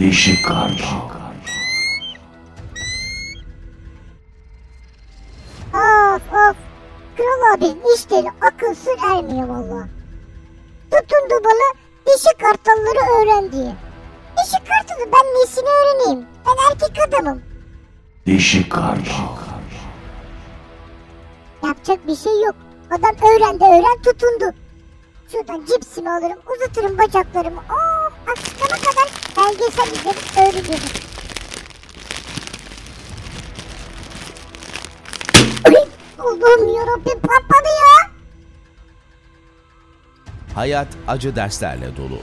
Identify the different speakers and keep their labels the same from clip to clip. Speaker 1: Yeşil Kartal.
Speaker 2: Of of. Kral abin işleri akıl sır ermiyor valla. Tutundu bana dişi kartalları öğren diye. Dişi kartalı ben nesini öğreneyim? Ben erkek adamım.
Speaker 1: Yeşil Kartal.
Speaker 2: Yapacak bir şey yok. Adam öğrendi öğren tutundu. Şuradan cipsimi alırım uzatırım bacaklarımı. Aa, akşama kadar belgesel izlerim öğrenirim. Ay, Allah'ım yarabbim patladı ya.
Speaker 3: Hayat acı derslerle dolu.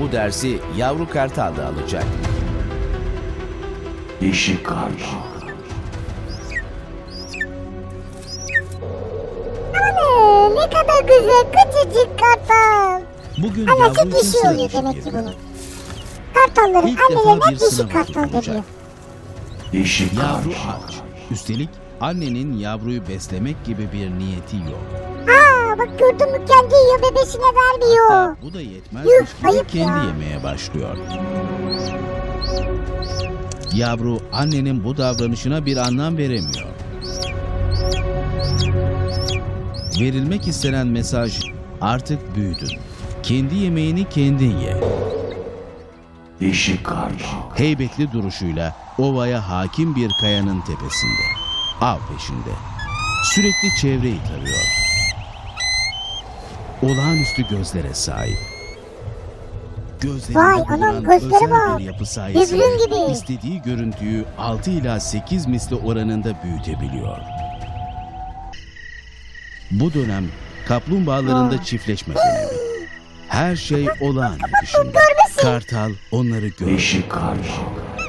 Speaker 3: Bu dersi yavru kartal da alacak.
Speaker 1: Yeşil Kartal.
Speaker 2: Ana ne kadar güzel küçücük kartal.
Speaker 4: Bugün
Speaker 2: Anası
Speaker 4: yavru için
Speaker 2: dişi
Speaker 4: sıra
Speaker 2: oluyor demek
Speaker 4: dışı
Speaker 2: ki
Speaker 4: girdi.
Speaker 2: bunun. Kartalların
Speaker 4: İlk defa
Speaker 2: annelerine
Speaker 4: bir
Speaker 2: dişi
Speaker 4: sınav
Speaker 2: kartal
Speaker 4: olacak.
Speaker 2: deniyor.
Speaker 1: Yeşil
Speaker 4: Yavru
Speaker 1: Kartal.
Speaker 4: aç. Üstelik annenin yavruyu beslemek gibi bir niyeti yok.
Speaker 2: Aa bak gördün mü kendi yiyor bebesine vermiyor.
Speaker 4: Bu da yetmezmiş
Speaker 2: Yuh,
Speaker 4: gibi
Speaker 2: ayıp
Speaker 4: kendi
Speaker 2: ya.
Speaker 4: yemeye başlıyor. Yavru annenin bu davranışına bir anlam veremiyor. Verilmek istenen mesaj artık büyüdün. Kendi yemeğini kendin ye.
Speaker 1: Yeşil Kartal.
Speaker 4: Heybetli duruşuyla ovaya hakim bir kayanın tepesinde. Av peşinde. Sürekli çevreyi tarıyor. Olağanüstü gözlere sahip. Gözlerinde
Speaker 2: Vay,
Speaker 4: bulunan
Speaker 2: anam, gözlere
Speaker 4: özel
Speaker 2: bak.
Speaker 4: bir yapı sayesinde
Speaker 2: Devrim gibi.
Speaker 4: istediği görüntüyü 6 ila 8 misli oranında büyütebiliyor. Bu dönem kaplumbağalarında çiftleşme dönemi. Her şey olağan akışında. Kartal onları görüyor.
Speaker 1: Yeşil Kartal.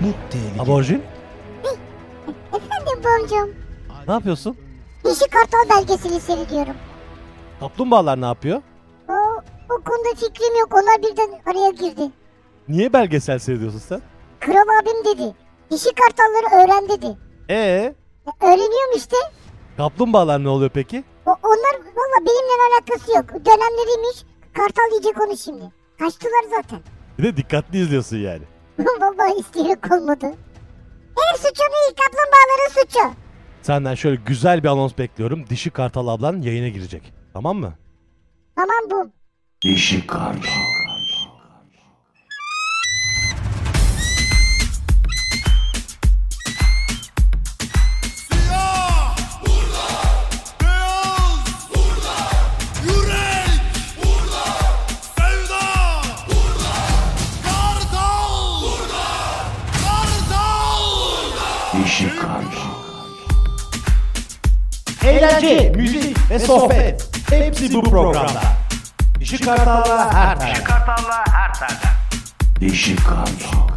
Speaker 4: Bu tehlike.
Speaker 5: Aborjin
Speaker 2: Efendim boncuğum.
Speaker 5: ne yapıyorsun?
Speaker 2: Dişi kartal belgesini seyrediyorum.
Speaker 5: Kaplumbağalar ne yapıyor?
Speaker 2: O, o konuda fikrim yok. Onlar birden araya girdi.
Speaker 5: Niye belgesel seyrediyorsun sen?
Speaker 2: Kral abim dedi. Dişi kartalları öğren dedi.
Speaker 5: Ee,
Speaker 2: E, öğreniyorum işte.
Speaker 5: kaplumbağalar ne oluyor peki?
Speaker 2: O, onlar valla benimle alakası yok. Dönemleriymiş. Kartal yiyecek onu şimdi. Kaçtılar zaten.
Speaker 5: Bir de dikkatli izliyorsun yani.
Speaker 2: Vallahi isteyerek olmadı. Her suçu değil kaplumbağaların suçu.
Speaker 5: Senden şöyle güzel bir anons bekliyorum. Dişi Kartal ablan yayına girecek. Tamam mı?
Speaker 2: Tamam bu.
Speaker 1: Yeşil Kartal.
Speaker 6: Siyah burada, beyaz burada, yürek burada, sevda burada, kartal burada, kartal
Speaker 1: Yeşil Kartal.
Speaker 7: Eğlence, müzik ve sohbet hepsi bu programda. Işık Kartal'la her tarz.
Speaker 1: Yeşil Kartal.